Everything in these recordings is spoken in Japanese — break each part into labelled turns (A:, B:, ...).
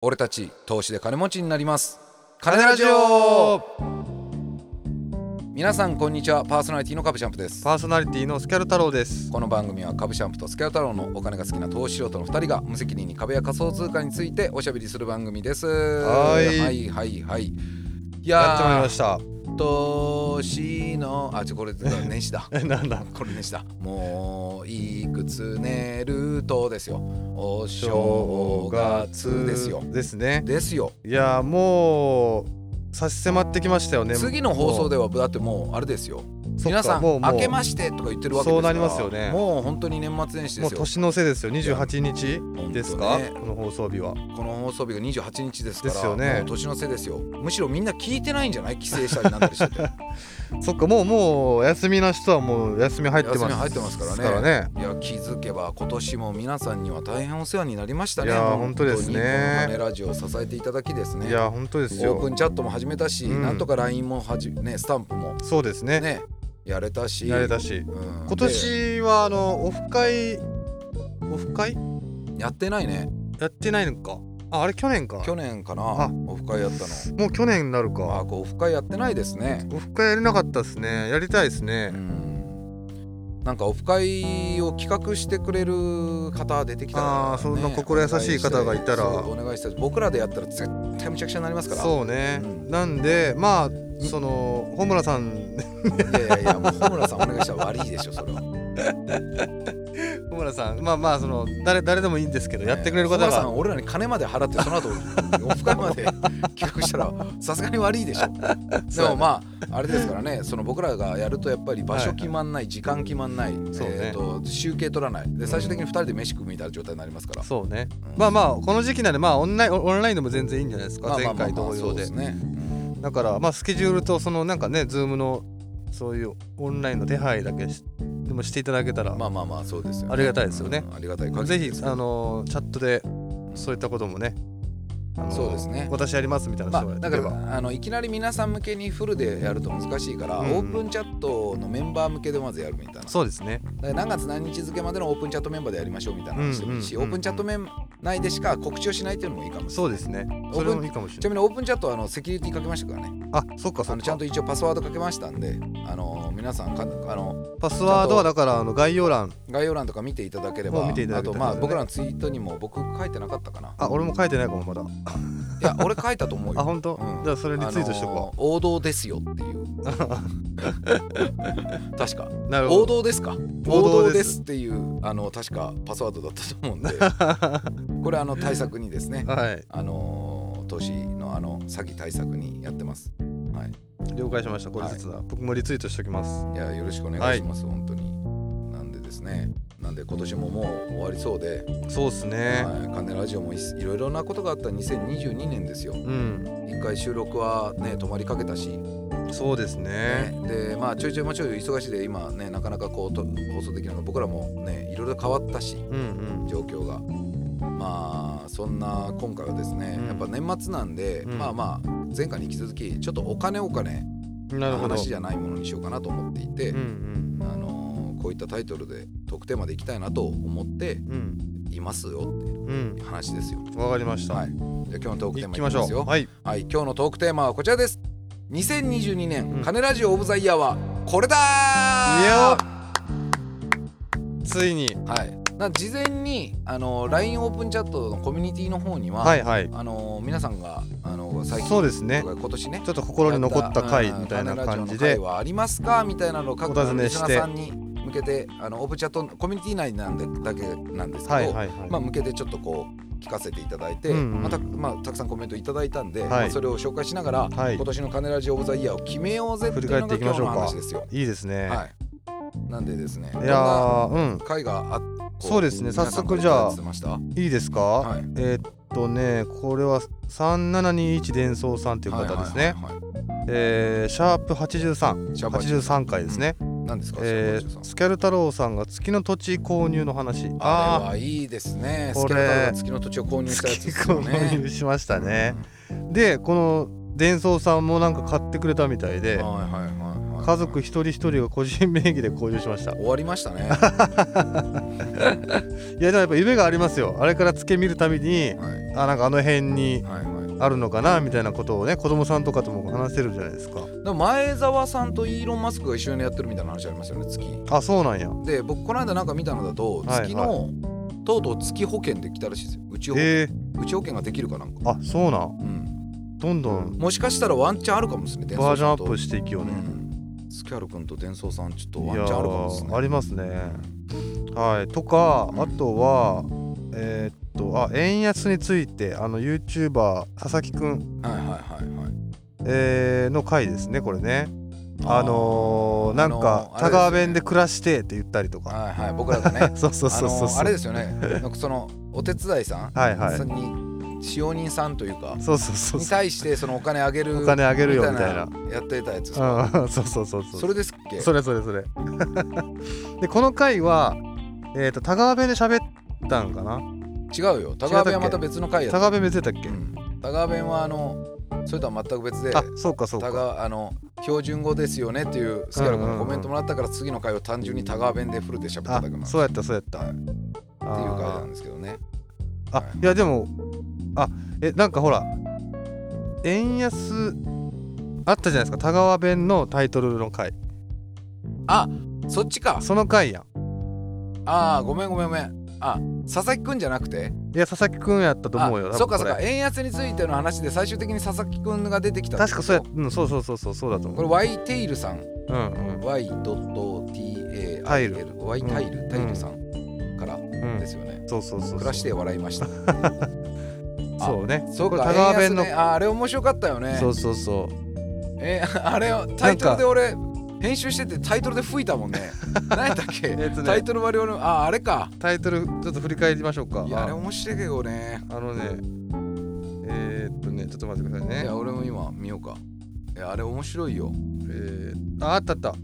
A: 俺たち投資で金持ちになります金ラジオ皆さんこんにちはパーソナリティのカブシャンプです
B: パーソナリティのスキャル太郎です
A: この番組はカブシャンプとスキャル太郎のお金が好きな投資素人の2人が無責任に株や仮想通貨についておしゃべりする番組です
B: はい
A: はいはいはいい
B: やってまいり
A: や
B: ました
A: ー年のあちょこれ年始だ
B: え なんだ
A: これでしたもういくつ寝るとですよお正月ですよ
B: ですね
A: ですよ
B: いやーもう差し迫ってきましたよね
A: 次の放送ではだってもうあれですよ
B: そっか
A: 皆さん
B: もうもう
A: 明けましてとか言ってるわけですから
B: そうなりますよね
A: もう本当に年末年始で
B: もう
A: すよ
B: 年のせいですよ28
A: 当ね
B: 日ですか、この放送日は
A: この放送日が28日ですから
B: ですよね
A: もう年の瀬ですよむしろみんな聞いてないんじゃない帰省したりなんだりして て
B: そっかもうもう休みな人はもう休み入ってます
A: 休み入ってますからねいや気づけば今年も皆さんには大変お世話になりましたね
B: いやー
A: 本
B: 本
A: 当
B: 当
A: に
B: ですね
A: このカメラジオを支えていただきですね
B: いや本当で
A: オ
B: す
A: ープ
B: よ
A: ンチャットも始めたし、
B: うん
A: なんとか LINE もはじねスタンプも
B: そうですね
A: ねやれたし
B: 慣れたし
A: うん
B: 今年はあのオフ会オフ会
A: でやってないね
B: やってないのかああれ去年か
A: 去年かな
B: あ
A: オフ会やったの
B: もう去年になる
A: あ
B: か
A: あオフ会やってないですね
B: オフ会やれなかったですねやりたいです
A: う
B: ね
A: んなんかオフ会を企画してくれる方出てきたら、
B: あーそんな心優しい方がいたら
A: お願いしてそうお願いしたい僕らでやったら絶対むちゃくちゃになりますから
B: そうね
A: うん
B: なんでまあその穂村さん
A: い やいやいやもう穂村さんお願いしたら悪いでしょそれは
B: 穂村さんまあまあその誰誰でもいいんですけ どやってくれる方
A: 穂村さ
B: が
A: ん俺らに金まで払ってその後オフ会まで 企画したらさすがに悪いでし ょでもまああれですからねその僕らがやるとやっぱり場所決まんない時間決まんない、
B: そうね
A: えーと集計取らないで最終的に2人で飯食うみたいな状態になりますから、
B: そうね
A: うん
B: まあまあこの時期なんでまあオンラインオンラインでも全然いいんじゃないですか前回同
A: そ
B: 様
A: うで
B: です
A: ね、うん
B: だからまあスケジュールとそのなんかねズームのそういうオンラインの手配だけしでもしていただけたら
A: まあまあまあそうですよね、
B: ありがたいですよね
A: うんありがたい限り
B: ぜひ
A: ですけど
B: あのチャットでそういったこともね、あの
A: そうですね
B: 私やりますみたいな
A: まあ
B: 人がい
A: だ
B: れ
A: か
B: ば、
A: らあのいきなり皆さん向けにフルでやると難しいから、
B: うん
A: オープンチャットのメンバー向けでまずやるみたいな
B: そうですね
A: だから何月何日付までのオープンチャットメンバーでやりましょうみたいな話でもいいし、
B: うんうんうん
A: オープンチャットメン内でしか告知をしないっていうのもいいかもし
B: そうですねそれもいいかもし
A: れないちな
B: れな
A: み
B: い
A: にオープンチャットはあのセキュリティかけましたからね
B: あそっかそ
A: あ
B: っ
A: のちゃ
B: か
A: んと一応パスワードかけましたんであの皆さんかあの
B: パスワードはだからあの概要欄
A: 概要欄とか見ていただければ
B: もう見ていただけ
A: あと
B: たら
A: まあ
B: ね
A: 僕らのツイートにも僕書いてなかったかな
B: あ俺も書いてないかもまだ
A: いや俺書いたと思う
B: あ
A: よ
B: 本当、
A: うん
B: じゃあそれにツイートしとこ
A: あの王道ですよって いう確か
B: う、なる
A: 王
B: ほど
A: 道ですか王道
B: 王道
A: で
B: です
A: すっていうあの確かパスワードだったと思うん でこれあの対策にですね
B: はい
A: あのー投資のあの詐欺対策にやってます。はい、
B: 了解しましたこれずつだ、僕もリツイートしときます
A: いやよろしくお願いします、本当に。なんでですね、なんで今年ももう終わりそうで、
B: そうですね、
A: はい、カンネラジオもいいろいろなことがあった2022年ですよ。
B: うん
A: 一回収録はね止まりかけたし、
B: そうですね
A: ね、でまあちょいちょいもうちょい忙しいで今ねなかなかこうと放送できないのが僕らもねいろいろ変わったし
B: うんうん
A: 状況が。まあそんな今回はですね、
B: うん
A: やっぱ年末なんで、
B: うん
A: まあまあ前回に引き続きちょっとお金お金
B: なるほど
A: 話じゃないものにしようかなと思っていて、
B: うんうん
A: あのーこういったタイトルで特テーマでいきたいなと思って
B: うん
A: いますよ
B: うん
A: って話ですよ。
B: わかりました、
A: はい、じゃあ今日のトークテーマ
B: 行
A: い
B: き
A: き
B: ま
A: ま
B: し
A: す
B: ょう
A: よ。
B: はい
A: はい、今日のトークテーマはこちらです。2022
B: う
A: 年
B: ん
A: 金ラジオオブザイヤーはこれだ
B: いや
A: ー。
B: ついに
A: はい。な事前にあのー LINE オープンチャットのコミュニティの方には、
B: はいはい
A: あのー皆さんがあのー最近
B: そうですね
A: とか今年ね
B: ちょっと心に残った回みたいな
A: うんカネラ
B: 感じで
A: ジオの回はありますかみたいなのを各
B: お尋ね
A: リ
B: し
A: ス
B: て
A: ナーさんに向けてあのオブチャットコミュニティ内なんでだけなんですけど、
B: はいはいはい、
A: まあ、向けてちょっとこう聞かせていただいて、
B: うんうん
A: まあたまあ、たくさんコメントいただいたんで、
B: はい
A: まあそれを紹介しながら、
B: はい
A: 今年の「カネラジオブザイヤー」を決めようぜっていうのが
B: 振り返ってい
A: 今
B: きま
A: 日
B: しょ
A: の
B: うか
A: 話ですよ。
B: いいですね、
A: はい、なんでですね
B: い、やーうん
A: どんな回があこ
B: そうですね
A: 皆さんから
B: 早速じ
A: いた
B: ゃあ
A: だいてましたはい
B: いいですか、
A: い
B: えーっとねこれは3721伝送さんという方ですね、
A: はいはいは
B: えーシャープ8383
A: いシャバ
B: 回ですね、
A: 何ですか、
B: え
A: シャバ
B: ー、スキャル太郎さんが月の土地購入の話
A: あれ
B: あ
A: はいいですね。ス
B: こ
A: ケ
B: れ
A: ルタが月の土地を購
B: あ
A: 入したやつ
B: 月
A: ですよ
B: 購
A: ね。
B: 入しましたね、でこの伝送さんもなんか買ってくれたみたい
A: うん。
B: で
A: はいはいはいはい。はい
B: 家族一人一人が個人名義で購入しましたい
A: 終わりましたね
B: やでもやっぱ夢がありますよあれから付け見るたびに
A: はい
B: あなんかあの辺に
A: はいはい
B: あるのかなみたいなことをね子供さんとかとも話せるじゃないですか
A: でも前澤さんとイーロン・マスクが一緒にやってるみたいな話ありますよね月
B: あそうなんや
A: で僕この間なんか見たのだと
B: はい
A: 月の、とうとう月保険できたらしいですようち保
B: へえ
A: うち保険ができるかなんか、
B: あそうなん
A: うん、
B: どんどん
A: もしかしたらワンチャンあるかもですね
B: バージョンアップ
A: し
B: していくよね、
A: うん、スキャル君と伝送さんちょっと
B: い
A: ワ
B: や
A: ンチャンあるかもです
B: ー
A: ね
B: ありますねはいとかあとはえーっとあ円安についてあの YouTuber 佐々木くん、
A: はいはいはいはい
B: えーの回ですねこれねあのーなんか
A: あのーあれですね
B: 田川弁で暮らしてって言ったりとか
A: はいはい僕らがね
B: そうそう
A: あ
B: そ
A: の
B: うそうそう
A: ーあれですよねなんかそのお手伝いさん
B: はいはい
A: さんに使用人さんというか
B: そうそうそう
A: に
B: そう
A: 対してそのお金あげる
B: お金あげるよみたいな
A: やってたやつですか
B: うんそうそうそうそう
A: それですっけ
B: それそれそれ でこの回はえーっと田川弁で喋ったんかな
A: 違うよ田川弁はまた別の回や
B: 田川弁別だったっけ、
A: うん田川弁はあのそれとは全く別で
B: あそうかそう
A: 田
B: か
A: 川あの標準語ですよねっていうスキャル君のコメントもらったから次の回を単純に田川弁でフルで喋っただ
B: あ
A: けなんです
B: そうやったそうやった、
A: はいってっていう回なんですけどね
B: あ
A: はい
B: いやでもあえなんかほら円安あったじゃないですか田川弁のタイトルの回
A: そっちか
B: その回やん
A: ああごめんごめんごめんあ佐々木くんじゃなくて
B: いや佐々木くんやったと思うよ
A: あ
B: 多分
A: そうかそう
B: こ
A: か
B: れ
A: 円安についての話で最終的に佐々木くんが出てきた
B: 確かそうやうんそうそうそうそうそうだと思
A: こ
B: う
A: れ Y テイルさん
B: うん
A: Y.TAIL
B: タイル
A: Y タイル、
B: うん
A: タイルさんから
B: うんう
A: で
B: ん
A: すよね、
B: そうそうそうそう
A: 暮らして笑いましたあ
B: そうね
A: そう
B: こ
A: か
B: れ田川弁の、
A: 円安ね、ああれ面白かったよね
B: そうそうそう
A: えーあれをタイトルで俺編集しててタイトルで吹いたもんね何やったっけ、
B: えっとね
A: タイトル割り俺ああれか
B: タイトルちょっと振り返りましょうか
A: いやあれ
B: あ
A: 面白いけどね
B: あのねえー、っとねちょっと待ってください
A: い
B: ね
A: や俺も今見ようかいやあれ面白いよ、
B: えー、ああったあった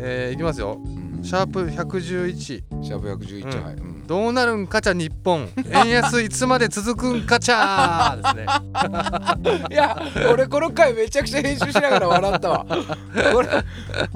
B: えー、いきますよ
A: うん、シ
B: シャープ111
A: ャープ111、
B: うん
A: はい、うん
B: どうなるんかちゃ 日本円安いつまで続くんかちゃですね
A: いや俺この回めちゃくちゃ編集しながら笑 ったわこれ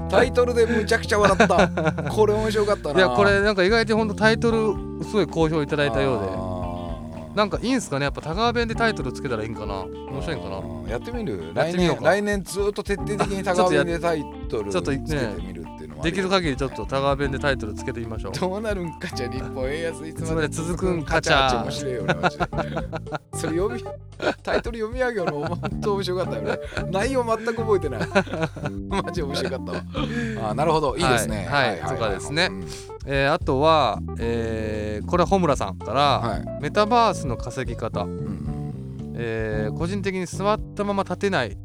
A: タイトルでむちゃくちゃ笑ったこれ面白かった
B: い
A: ない
B: やこれなんか意外とほんとタイトルすごい好評いただいたようで
A: う
B: なんかいいんすかねやっぱ田川弁でタイトルつけたらいいんかな面白いんかな
A: やってみる
B: やっ
A: 来
B: てみよう
A: 年
B: か
A: 来年ずっと徹底的に田川弁でタイトル
B: ちょ
A: つ
B: っと
A: け
B: ね
A: てみるっていうのもあ
B: できる
A: か
B: 限りちょっと田川弁でタイトルつけてみましょう
A: どうなるんかちゃ日本円安い
B: い
A: つ
B: つ
A: ま
B: ま
A: で
B: で続くんかちゃ
A: 面白いよねマジでそれ読みタイトル読み上げるの本当面白かったよね内容全く覚えてないマジ面白かったわあーなるほどいいですね
B: はいはいとかですね
A: うん
B: えーあとはえーこれは穂村さんから、
A: はい
B: メタバースの稼ぎ方
A: うんうん
B: えー個人的に座ったまま立てない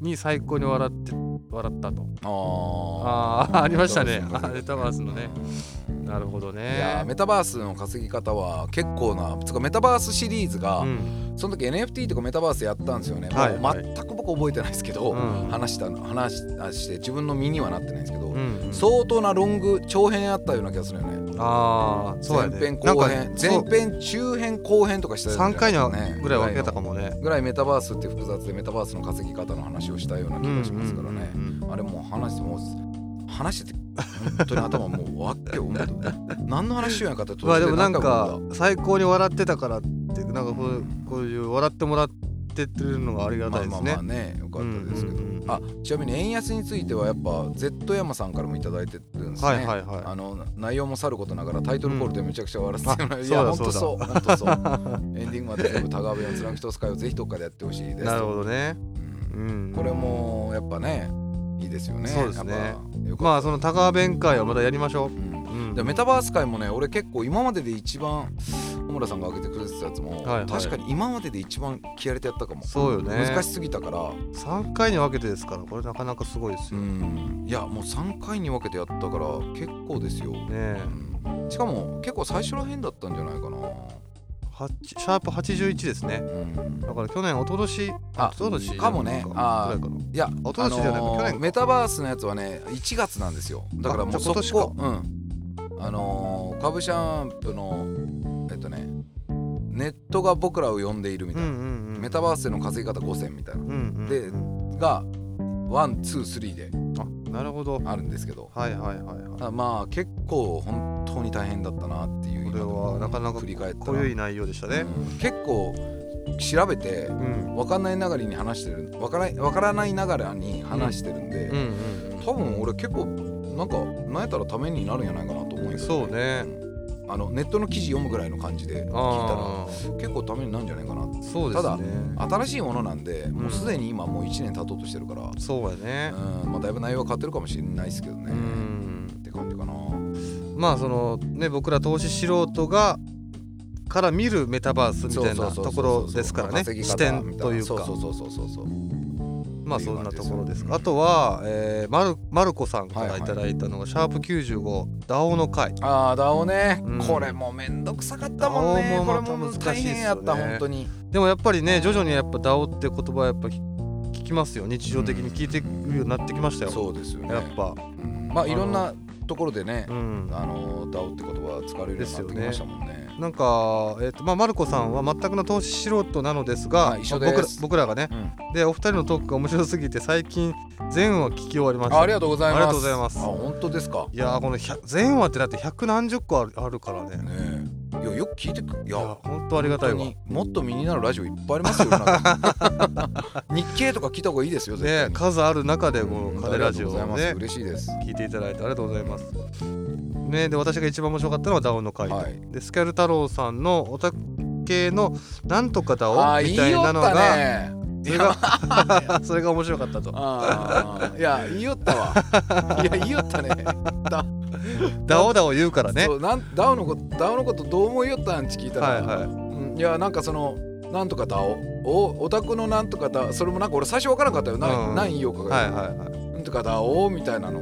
B: に最高に笑って笑ったと
A: あ
B: あ
A: ー
B: ーありましたね
A: メタバースの
B: あメタバースのねなるほど
A: いやー
B: ね
A: メタバースの稼ぎ方は結構なつうかメタバースシリーズが、
B: うん
A: その時 NFT とかメタバースやったんですよね、
B: はい
A: もう全く僕覚えてないですけど、
B: うん
A: 話した話して自分の身にはなってないんですけど、
B: うんうん
A: 相当なロング長編あったような気がするよね
B: ああそうやね
A: 前編後
B: なん
A: 編
B: かそう
A: 前編中編後編とかした
B: 3回にはぐらい分けた
A: も
B: かもね
A: ぐらいメタバースって複雑でメタバースの稼ぎ方の話をしたような気がしますからね、
B: うんうんうん
A: あれもう話してもう話してて本当に頭もうわっけ思う何の話しようやんかって途中
B: まあでもなん
A: 何回
B: か
A: 思っ
B: 最高に笑ってたからってなんかこうこういう笑ってもらってってるのがありが
A: た
B: た
A: まあ
B: いで
A: ますあ
B: ね
A: まあねよかったですけど、
B: うんうんうん
A: あちなみに円安についてはやっぱ Z 山さんからも頂いいてるんですね、
B: はいはいは
A: あの内容もさることながらタイトルコールでめちゃくちゃ笑ってたよね、
B: うん
A: いや
B: あ
A: 本
B: そう
A: 当
B: だ
A: そう本当そうエンディングまで全部田川弁をつなぐ人使いをぜひどっかでやってほしいで
B: い
A: す
B: なるほどね
A: うん
B: うん
A: これもやっぱねいいですよね
B: そうですね
A: やっぱよか
B: ま
A: っ
B: あその高川弁会はまたやりまし
A: た
B: ょ
A: うん
B: ううん
A: でメタバース界もね俺結構今までで一番小村さんが挙げてくれてたやつも、
B: はいはい
A: 確かに今までで一番気合入れてやったかも、
B: そうよね
A: 難しすぎたから、
B: 3回に分けてですからこれなかなかすごいです
A: う
B: よね
A: ん、いやもう3回に分けてやったから結構ですよ、
B: え
A: うんしかも結構最初ら辺だったんじゃないかな、
B: はちシャープ81ですね
A: うん、
B: だから去年一昨年
A: あ
B: 一昨年
A: かもね
B: ぐらい
A: あー
B: かない
A: や
B: 一昨年じゃないか去年か
A: メタバースのやつはね1月なんですよだからも
B: あ
A: う
B: じ
A: そ
B: ゃあ
A: こ
B: 今年か
A: うんあのー、株シャンプのえっとねネットが僕らを呼んでいるみた
B: う
A: い
B: ん
A: な、
B: うんうん
A: メタバースでの稼ぎ方5000みたいな
B: うんうんうん
A: でがワンツースリーで
B: なるほど
A: あるんですけど
B: はいはいはいはい
A: あまあ結構本当に大変だったなっていう
B: これはなかなか
A: 振り返った
B: 濃
A: ら
B: ゆい内容でしたね
A: うん結構調べて
B: うん
A: 分かんないながらに話してる分からない分からないながらに話してるんで、
B: うんうん
A: 多分俺結構なんかなんやったらためになるんじゃないかなと思うんですよ
B: そうね
A: うんあのネットの記事読むぐらいの感じで聞いたら
B: ああ
A: 結構ためになるんじゃないかなって
B: そうですね
A: ただ新しいものなんで、もうすでに今もう1年経とうとしてるから、う
B: そうやね
A: んまあ、だいぶ内容は変わってるかもしれないですけどね、
B: うん
A: って感じかな
B: まあそのね僕ら投資素人がから見るメタバースみたいなところですからね
A: そうそうそうそう
B: 視点というか
A: そうそうそうそうそう
B: まあそんなところです
A: うん
B: あとはえーマルマルコさんから
A: はい
B: い
A: はい
B: ただいたのが「シャープ #95 ダオの会
A: ああだおね、
B: うん
A: これもめんどくさかったもんね
B: ダオも
A: これ
B: また
A: も
B: 難しい
A: 大
B: っすよね
A: 変やった、本当に」
B: でもやっぱりね徐々にやっぱダオって言葉はやっぱ聞聞きますよ日常的に聞いてくるようになってきましたよ
A: そうですよね
B: やっぱ
A: うんまあいろんなところでね
B: うん
A: あのダオって言葉は使われるようになってきましたもんね
B: なんか、えっとまあ、マルコさんは全くの投資素人なのですが、
A: はい一緒
B: まあ僕
A: で
B: ら
A: す
B: 僕らがね
A: うん
B: でお二人のトークが面白すぎて最近全話聞き終わりました
A: あありがとうございます
B: ありがとうございます
A: あ本当ですか
B: いやーこの100全話ってだって百何十個あるあるからね
A: ねえいやよく聞いてくい
B: いや
A: や
B: 本当ありがたいわ
A: 本
B: ね
A: 当にもっと身になるラジオいっぱいありますよ世の 中日経とか聞いた方がいいですよ絶対に
B: 数ある中でこ
A: うん
B: のカネラジオ
A: ありがとうご
B: を
A: ざいます
B: ね
A: 嬉しいです
B: 聞いていただいてありがとうございますねで私が一番面白かったのはダオの回で,、
A: はい
B: でスキャル太郎さんのおたけのなんとかダオ
A: あ
B: みたいなのが
A: 言いよったね
B: それが それが面白かったと
A: あーいや言いよった わいや言いよったねだ
B: ダオダオ言うからね
A: そうなんダオのことダオのことどう思いよったんち聞いたら、
B: はいは
A: うんいやなんかそのなんとかダオおオタクのなんとかダそれもなんか俺最初分からんかったよな
B: うん
A: ん何言おうか
B: い
A: が、
B: はいはいはい
A: なんとかダオみたいなの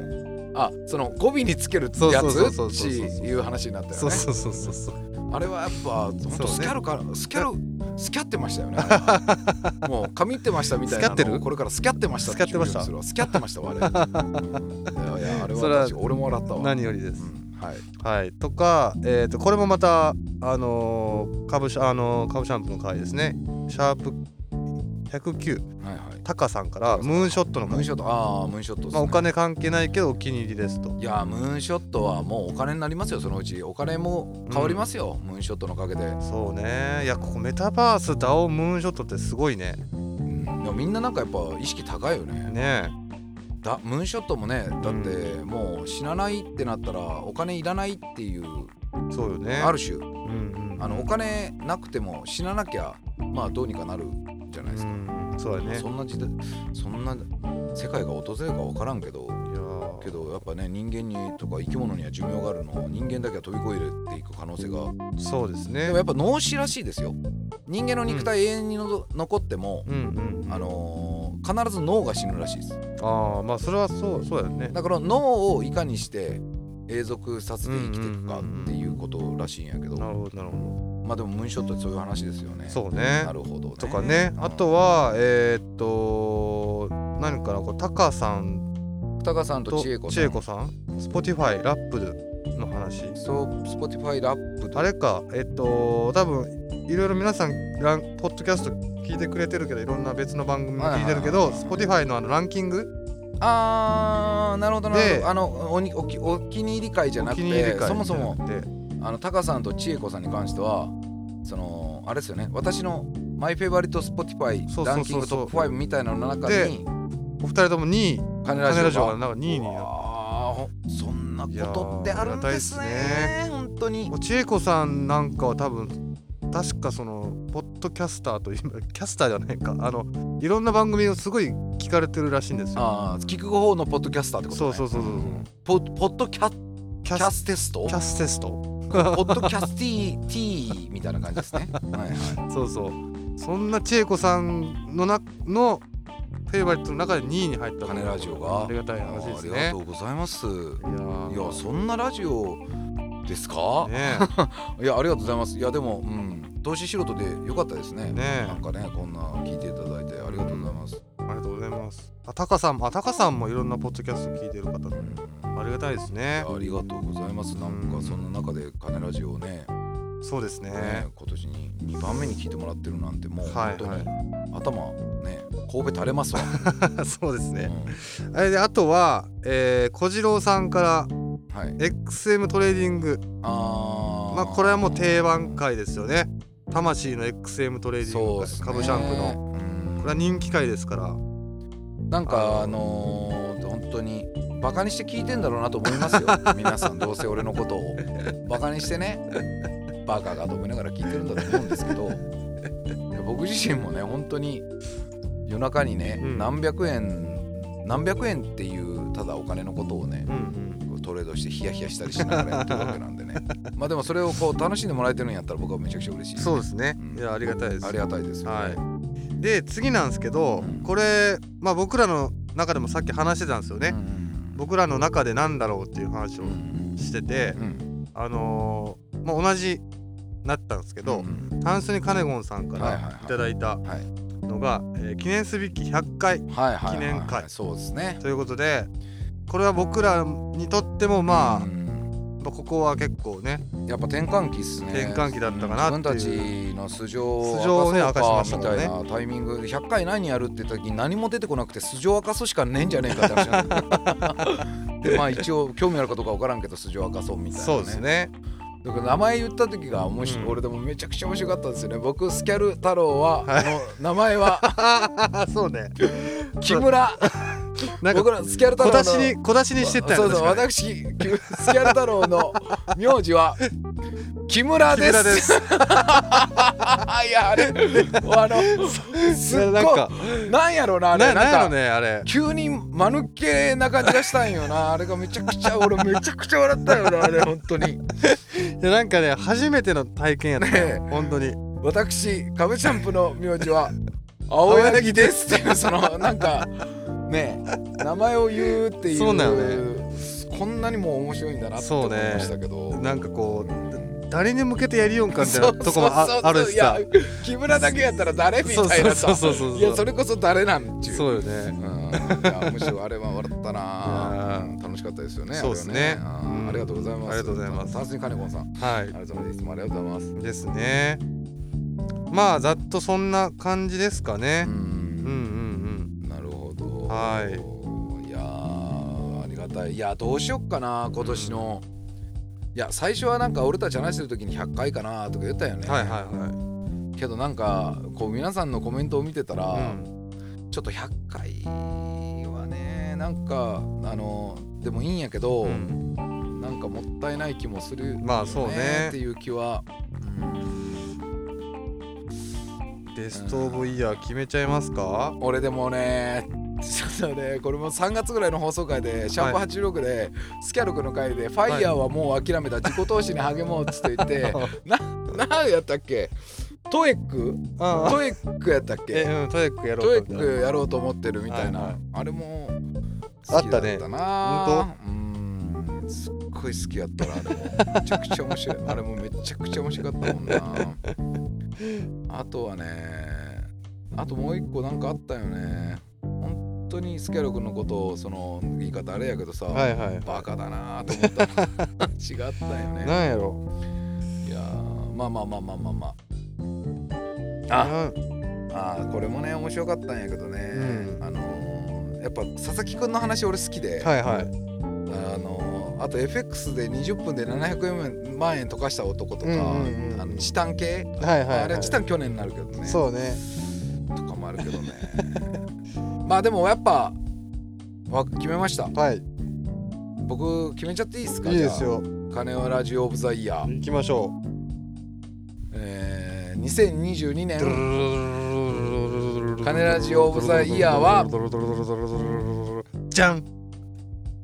A: あその語尾につける
B: そう
A: や
B: そうそう
A: つ
B: そう
A: っ
B: そ
A: て
B: う
A: いう話になったよね
B: そうそうそうそうそう
A: あれはやっぱ本
B: そう
A: 当
B: ね
A: スキャルから、スキャルスキャってましたよね あれはもう髪ってましたみたいなの
B: スキャってる
A: これからスキャってました聞こえるようにするわスキャってましたわあ れいやいやあれは
B: それは
A: 私俺も笑ったわ
B: 何よりです
A: うんはい
B: はい、とか、えー、とこれもまた、あのー株式あのー株シャンプーの回ですねシャープ109
A: はいはい
B: タカさんからムーンショットの
A: ムーン
B: 回、
A: ショットああムーンショットですね
B: まあ、お金関係ないけどお気に入りですと
A: いやームーンショットはもうお金になりますよそのうちお金も変わりますよ、ムーンショットのおかげで、
B: そうねいやここメタバースダオムーンショットってすごいね
A: うん、でもみんななんかやっぱ意識高いよね
B: ね
A: だムーンショットもねだってもう死なないってなったらお金いらないっていう
B: えそうよね
A: ある種
B: うんうん
A: あのお金なくても死ななきゃまあどうにかなるじゃないですか、
B: うんそうだねいや
A: そんな時代そんな世界が訪れるか分からんけど
B: ー
A: けどやっぱね人間にとか生き物には寿命があるのを人間だけは飛び越えていく可能性が
B: そうですね
A: でもやっぱ脳死らしいですよ人間の肉体永遠にのぞ残っても、
B: うんうん
A: あのー必ず脳が死ぬらしいです
B: ああまあそれはそうそうだよね
A: だから脳をいかにして永続させて生きていくかっていうことらしいんやけど、
B: なるほどなるほ
A: まあでもムーンショットってそういう話ですよね
B: どそうね
A: なるほど、ね、
B: とかね、あとはえー、っと何かなこうタカさん
A: タカさんと
B: と
A: 千恵子
B: 千
A: さ
B: 恵
A: ん
B: 子さん Spotify ラップルの話
A: そう、Spotify ラップと
B: あれかえっと多分いろいろ皆さんランポッドキャスト聞いてくれてるけどいろんな別の番組も聞いてる
A: は
B: け
A: い
B: ど
A: はいはい
B: Spotify のあのランキング
A: あーなるほどなるほ
B: で
A: どあのおにおきお気に入り会じゃな
B: お
A: く
B: 気に入り
A: て
B: 会
A: そもそも
B: じゃなくて
A: あのタカさんと千恵子さんに関してはそのあれですよね私のマイフェイバリット Spotify
B: そうそうそうそう
A: ランキングトップ5みたいなのの中に
B: お二人とも2位
A: カネラ
B: カネ
A: ジ
B: ラ
A: オ
B: ジオが
A: が
B: なんか2位になっ
A: あーほそんなことってあるんですね
B: いやーありがた
A: 本当に
B: もう千恵子さんなんかは多分確かそのポッドキャスターという キャスターじゃないかあのいろんな番組をすごい聞かれてるらしいんですよ
A: あー聞く方のポッドキャスターってこと、
B: そう
A: ね、
B: そうそうそうそ
A: ポ
B: う
A: ポッドキャキ
B: キャ
A: ャ
B: ス
A: ステスト
B: キャステスト
A: ポッドキャスティーティーみたいな感じですね。はいは
B: そうそうそんな千恵子さんのなのフェイバリットの中で2位に入ったの
A: カネラジオが
B: ありがたい
A: い、
B: 話です
A: ありが
B: ね
A: とうございます。い
B: いやー
A: やそんなラジオですか、
B: ね
A: いやありがとうございます。いやでも、うん、投資素人でよかったですね。
B: えね
A: なんかねこんな聞いていただいてありがとうございます。
B: えありがとうございますあタカさんもあタカさんもいろんなポッドキャスト聞いてる方
A: うん
B: ありがたいです
A: い
B: ね
A: やありがとうございます。なん
B: う
A: か
B: ん
A: そんな中でカネラジオをね、
B: そうですね
A: ね今年に2番目に聞いてもらってるなんてもう
B: は
A: 本
B: い
A: 当に、
B: は
A: 頭ね神戸垂れますわ、
B: そうです
A: う
B: ね
A: ん
B: えであとは、えー小次郎さんから
A: はい
B: XM トレーディング
A: あー
B: まあこれはもう定番回ですよね魂の XM トレーディ
A: そ
B: ング
A: うで
B: 会
A: すね
B: 株シャンプの
A: うん
B: これは人気回ですから
A: なんかあのー本当にバカにして聞いてんだろうなと思います よ皆さんどうせ俺のことをバカにしてねバカがと思いながら聞いてるんだと思うんですけどいや僕自身もね本当に夜中にね、
B: うん
A: 何百円何百円っていうただお金のことをね
B: うん
A: トレードしてヒヤヒヤしたりしながらやってるわけなん でねまあでもそれをこう楽しんでもらえてるんやったら僕はめちゃくちゃ嬉しい
B: そうですね
A: うん
B: いやありがたいです
A: ありがたいですよ、ね
B: はいで次なんですけど
A: うん
B: これまあ僕らの中でもさっき話してたんですよね
A: うん
B: 僕らの中でなんだろうっていう話を
A: うん
B: してて
A: うん
B: あのーまあ同じなったんですけ
A: う
B: ど
A: ん
B: タンスにカネゴンさんか
A: はいはいは
B: ら
A: い
B: いただいた
A: はい
B: のが、えー記念すべき100回
A: はいはいはいはい
B: 記念会
A: そうですね
B: ということでこれは僕らにとってもまあ、
A: うん
B: まあここは結構ね
A: やっぱ転換期っすね
B: 転換期だったか
A: 自
B: な
A: 分
B: ったていう、
A: ちの素性を
B: 素性をね
A: 明かそうか
B: 明かしま
A: みた
B: した
A: い
B: か
A: なタイミングで100回何やるって言った時に何も出てこなくて素性明かすしかねえんじゃねえかって話なんだけ どでまあ一応興味あるかどうか分からんけど素性明かそうみたいな、ね、
B: そうですね
A: だから名前言った時が面白い、
B: うん
A: 俺でもめちゃくちゃ面白かったんですよね僕スキャル太郎は、
B: はい
A: あの名前は
B: そうね
A: 木村
B: なんか
A: 僕らスキャル太郎
B: 小
A: の
B: 出しに小出しにしてったよ
A: そ
B: ね
A: うそう
B: 確かね
A: 私きスキャル太郎の名字は木村
B: 木
A: です
B: 村です
A: いやあれあのすっごいな
B: な
A: ん
B: か
A: んやろうなあ
B: な
A: れ
B: なんや
A: な
B: ろ
A: んか
B: ねあれ
A: 急に間抜けな感じがしたんよなあれがめちゃくちゃ俺めちゃくちゃ笑ったよなあれ本当に
B: いやなんかね初めての体験やった
A: ねえ
B: よ本当に
A: 私カブチャンプの名字は青柳ですっていうそのなんかねえ名前を言うっていう
B: そうなんよ
A: こんなにも面白いんだなって思いましたけど、
B: なんかこう
A: うん
B: 誰に向けてやりよんかみたいなとこも
A: そうそう
B: あ
A: そう
B: あるしさ
A: いや木村だけやったら誰みたいな
B: そう
A: さ
B: そうそうそうそう
A: いやそれこそ誰なんちゅう
B: そうよね
A: うんいやむしろあれは笑ったな、
B: いやー
A: 楽しかったですよね
B: そうっす
A: あれ
B: ね
A: はねあー
B: うん
A: ありがとうございます
B: ありがとうございます
A: さすに金子さん
B: はい
A: 改めていつもありがとうございます
B: ですねまあざっとそんな感じですかね
A: う、
B: うん、
A: ん
B: うん
A: なるほど
B: はい
A: やーありがたいいやどうしよっかな今年の、いや最初はなんか俺たち話してる時に100回かなとか言ったよ
B: う
A: ね、
B: んはいはいはい
A: けどなんかこう皆さんのコメントを見てたら、
B: うん
A: ちょっと100回はねなんかあのでもいいんやけど、
B: うん
A: なんかもったいない気もする、
B: まあそうね
A: っていう気は、
B: ベスト・オブ・イヤー決めちゃいますか
A: 俺でもねちょっとねこれも3月ぐらいの放送回で「シャープ #86」でスキャルクの回で「ファイヤーはもう諦めた自己投資に励もう」っつって言って な何やったっけトエック
B: あ
A: トエックやったっけ
B: えうんトエックや
A: ト
B: ろ
A: エ
B: うかみたいな
A: ックやろうと思ってるみたいな、
B: はいはい
A: あれも
B: あったね
A: 好きだなうんすっごい好きやったなあれもめちゃくちゃ面白いあれもめちゃくちゃ面白かったもんなあとはねあともう一個なんかあったよね本当にスキャロ君のことをその言い方あれやけどさ、
B: はいはい
A: バカだなと思った違 ったよね
B: なんやろ
A: いやーまあまあまあまあまあまああ
B: あ
A: あーこれもね面白かったんやけどね、
B: うん
A: あのーやっぱ佐々木くんの話俺好きで、
B: はいはい
A: あのーあと FX で20分で700円万円溶かした男とか、
B: うんうんうん
A: あのチタン系、
B: はいはい
A: あれはチタン去年になるけどね
B: そうね
A: とかもあるけどね まあでもやっぱわ決めました
B: はいい
A: 僕決めちゃっていいですか
B: いです
A: じゃ
B: よ
A: あ金はラジオオブザイヤー、
B: 行きましょう
A: えー、2022年
B: カ
A: ネラジオオブザイヤーは
B: じゃん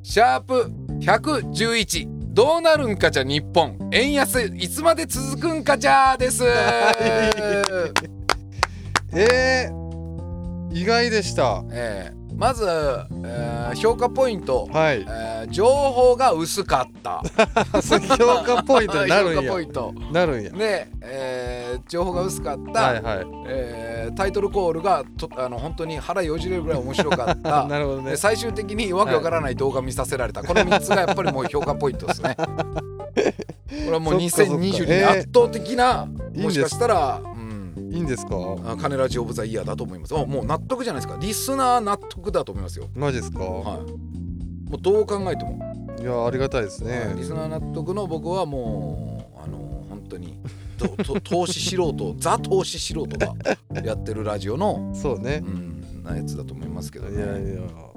A: シャープ111どうなるんかじゃ日本円安いつまで続くんかじゃです
B: えー意外でした
A: えーまず、えー評価ポイント、
B: はい
A: えー情報が薄かった
B: 評価ポイントになるん
A: 評価ポイ
B: や
A: ント
B: なるんや
A: で、えー情報が薄かった、
B: はいはい
A: えータイトルコールがとあの本当に腹よじれるぐらい面白かっ た
B: なるほどね
A: で最終的にわけわからない動画見させられた、この3つがやっぱりもう評価ポイントです ね。これはもう
B: そっかそっか
A: 2022
B: えー
A: 年圧倒的な、
B: いいん
A: も
B: です
A: しかしたら、うん、
B: いいんですか
A: あカネラジオブザイヤーだと思いますあもう納得じゃないですかリスナー納得だと思いますよ
B: マジですか、
A: はいもうどう考えても、
B: い、やありがたいですね、
A: はいリスナー納得の僕はもうあの本当にどと 投資素人ザ投資素人がやってるラジオの、
B: そうね
A: うん、なやつだと思いますけ
B: い
A: ど
B: や
A: ね
B: いや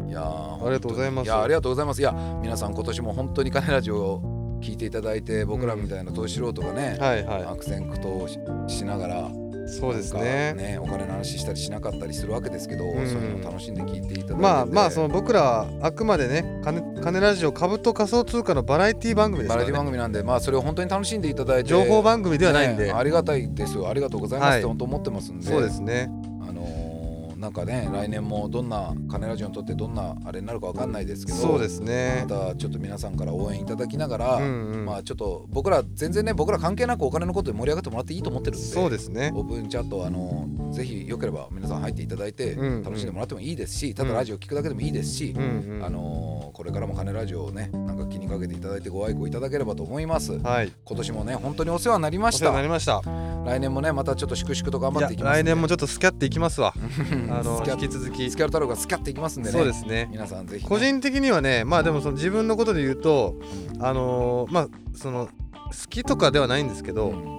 A: いやあ
B: ありがとうございます
A: いやありがとうございます。いや皆さん今年も本当にカネラジオを聞いていただいて僕らみたいな投資素人がね、
B: はいは
A: 悪戦苦闘ししながら
B: いそうです
A: なん
B: ね
A: かお金の話したりしなかったりするわけですけど、
B: ん
A: そういうのを楽しんで聞いていただいて
B: まあまあその僕らあくまでね金金ラジオ株と仮想通貨のバラエティ番組です
A: バ
B: か
A: ラ
B: ら、
A: エ
B: ね、
A: ティ番組なんでまあそれを本当に楽しんでいただいて
B: 情報番組ではないんで、
A: ねありがたいですよありがとうございますって
B: はい
A: 本当思ってますんで、
B: そうですね
A: あのーなんかね来年もどんなカネラジオにとってどんなあれになるかわかんないですけど
B: そうですね
A: またちょっと皆さんから応援いただきながら、
B: うんうん
A: まあちょっと僕ら全然ね僕ら関係なくお金のことで盛り上がってもらっていいと思ってるんで
B: そうですね
A: オープンチャットあのぜひよければ皆さん入っていただいて
B: うんうん
A: 楽しんでもらってもいいですし、ただラジオ聞くだけでもいいですし
B: う、んうん
A: あのーこれからも金ラジオをねなんか気にかけていただいてご愛顧いただければと思います
B: はい
A: 今年もね本当にお世話になりま
B: お
A: し
B: 世話にな
A: た
B: りました
A: 来年もねまたちょっと粛々と頑
B: い
A: 張っ
B: や
A: ていきます
B: 来
A: んで
B: 年もちょっとスキャっていきますわあの
A: スキャ
B: 引き続き
A: スキャル太郎がスキャっていきますんでね
B: そうですね
A: 皆さんぜひね、
B: 個人的にはねまあでもその自分のことで言うとあのーまあその好きとかではないんですけど、
A: うん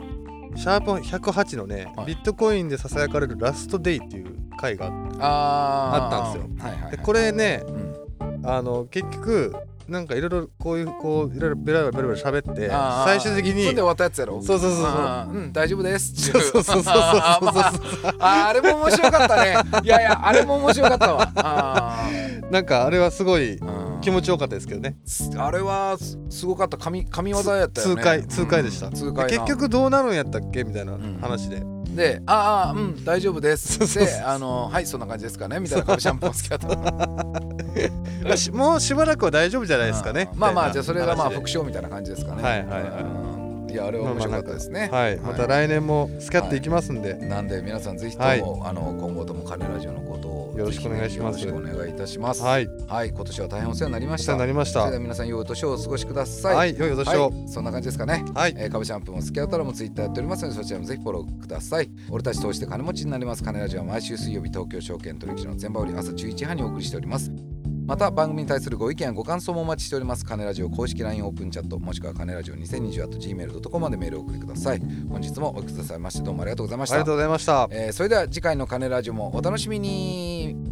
B: シャープ108のね、
A: はい
B: ビットコインでささやかれるラストデイっていう回があっ
A: あー
B: あったん
A: すよ、はいはいは
B: て
A: い、
B: これね
A: うん
B: あの結局なんかいろいろこういうこういろいろベラベラベラベラ喋って
A: あー
B: 最終的に
A: そんで終わったやつやろ
B: そうそうそうそう
A: あーうん大丈夫です
B: そうそうそうそうそう
A: あーまあ
B: そう
A: あーあれも面白かったねいやいやあれも面白かったわあ
B: なんかあれはすごい
A: ーうん
B: 気持ちよかったですけ どね
A: あれはすすごかった神神業やったよね
B: 痛快痛快でした、
A: うん痛快な
B: で結局どうなるんやったっけみたいな話で、
A: で「ああうん大丈夫です」
B: そうそう
A: で「あのはいそんな感じですかね」みたいな顔でシャンプーをつけた
B: まあしもうしばらくは大丈夫じゃないですかね
A: あーまあまあじゃあそれがまあ
B: 復
A: 副賞みたいな感じですかね
B: はいはいはい
A: いいやあれは面白かったですね
B: はいまた来年もスキャっていきますんで、
A: なんで皆さんぜひと
B: はい
A: もあの今後ともカネラジオのことを
B: よろしくお願いします
A: ぜひねよろしくお願いいたします
B: はい
A: はい、今年は大変お世話になりま
B: お
A: し
B: 世話
A: た。
B: になりまし
A: それ
B: た
A: では皆さん、良いお年をお過ごしください。
B: はい良いお年
A: は
B: を
A: いそんな感じですかね。
B: はい、
A: えー、株シャンプーも付き合ったらもツイッターやっておりますのでそちらもぜひフォローください俺たち通して金持ちになります金ラジオは毎週水曜日東京証券取引所の全場売り朝11時半にお送りしておりますまた番組に対するご意見やご感想もお待ちしております金ラジオ公式 LINE オープンチャットもしくは金ラジオ 2020.gmail.com までメールをお送りください本日もお聞きくださいましてどうもありがとうございまし
B: ありが
A: た
B: とうございました
A: えーそれでは次回の金ラジオもお楽しみに